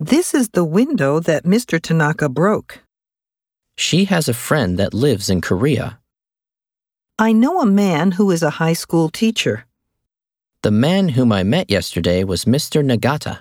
This is the window that Mr. Tanaka broke. She has a friend that lives in Korea. I know a man who is a high school teacher. The man whom I met yesterday was Mr. Nagata.